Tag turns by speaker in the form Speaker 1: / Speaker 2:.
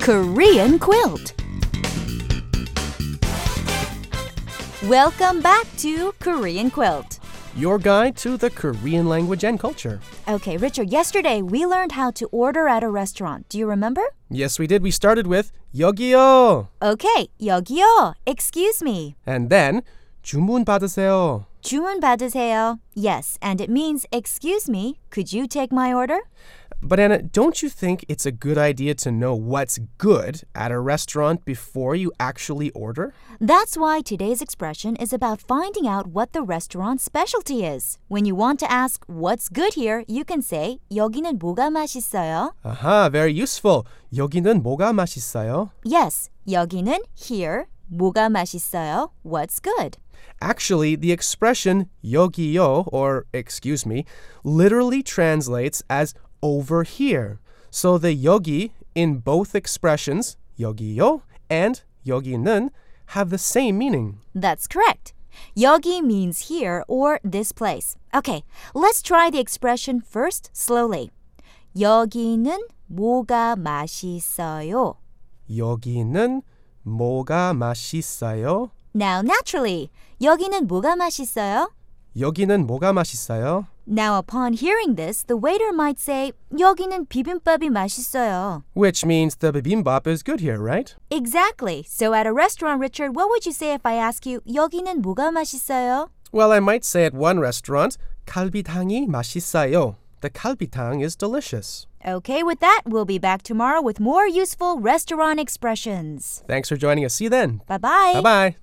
Speaker 1: Korean quilt. Welcome back to Korean Quilt.
Speaker 2: Your guide to the Korean language and culture.
Speaker 1: Okay, Richard, yesterday we learned how to order at a restaurant. Do you remember?
Speaker 2: Yes, we did. We started with 여기요.
Speaker 1: Okay, 여기요. Excuse me.
Speaker 2: And then 주문 받으세요.
Speaker 1: 주문 받으세요. Yes, and it means excuse me. Could you take my order?
Speaker 2: But Anna, don't you think it's a good idea to know what's good at a restaurant before you actually order?
Speaker 1: That's why today's expression is about finding out what the restaurant's specialty is. When you want to ask what's good here, you can say 여기는 뭐가 맛있어요?
Speaker 2: Aha, very useful. 여기는 뭐가 맛있어요?
Speaker 1: Yes, 여기는 here 뭐가 맛있어요? What's good?
Speaker 2: Actually, the expression 여기요 or excuse me literally translates as over here. So the yogi in both expressions, 여기요 and 여기는, have the same meaning.
Speaker 1: That's correct. 여기 means here or this place. Okay, let's try the expression first slowly. 여기는 뭐가 맛있어요?
Speaker 2: 여기는 뭐가 맛있어요?
Speaker 1: Now naturally, 여기는 뭐가 맛있어요?
Speaker 2: 여기는 뭐가 맛있어요?
Speaker 1: Now upon hearing this, the waiter might say, 여기는 비빔밥이 맛있어요.
Speaker 2: Which means the bibimbap is good here, right?
Speaker 1: Exactly. So at a restaurant, Richard, what would you say if I ask you, 여기는 뭐가 맛있어요?
Speaker 2: Well, I might say at one restaurant, 갈비탕이 맛있어요. The kalbitang is delicious.
Speaker 1: Okay, with that, we'll be back tomorrow with more useful restaurant expressions.
Speaker 2: Thanks for joining us. See you then.
Speaker 1: Bye-bye.
Speaker 2: Bye bye.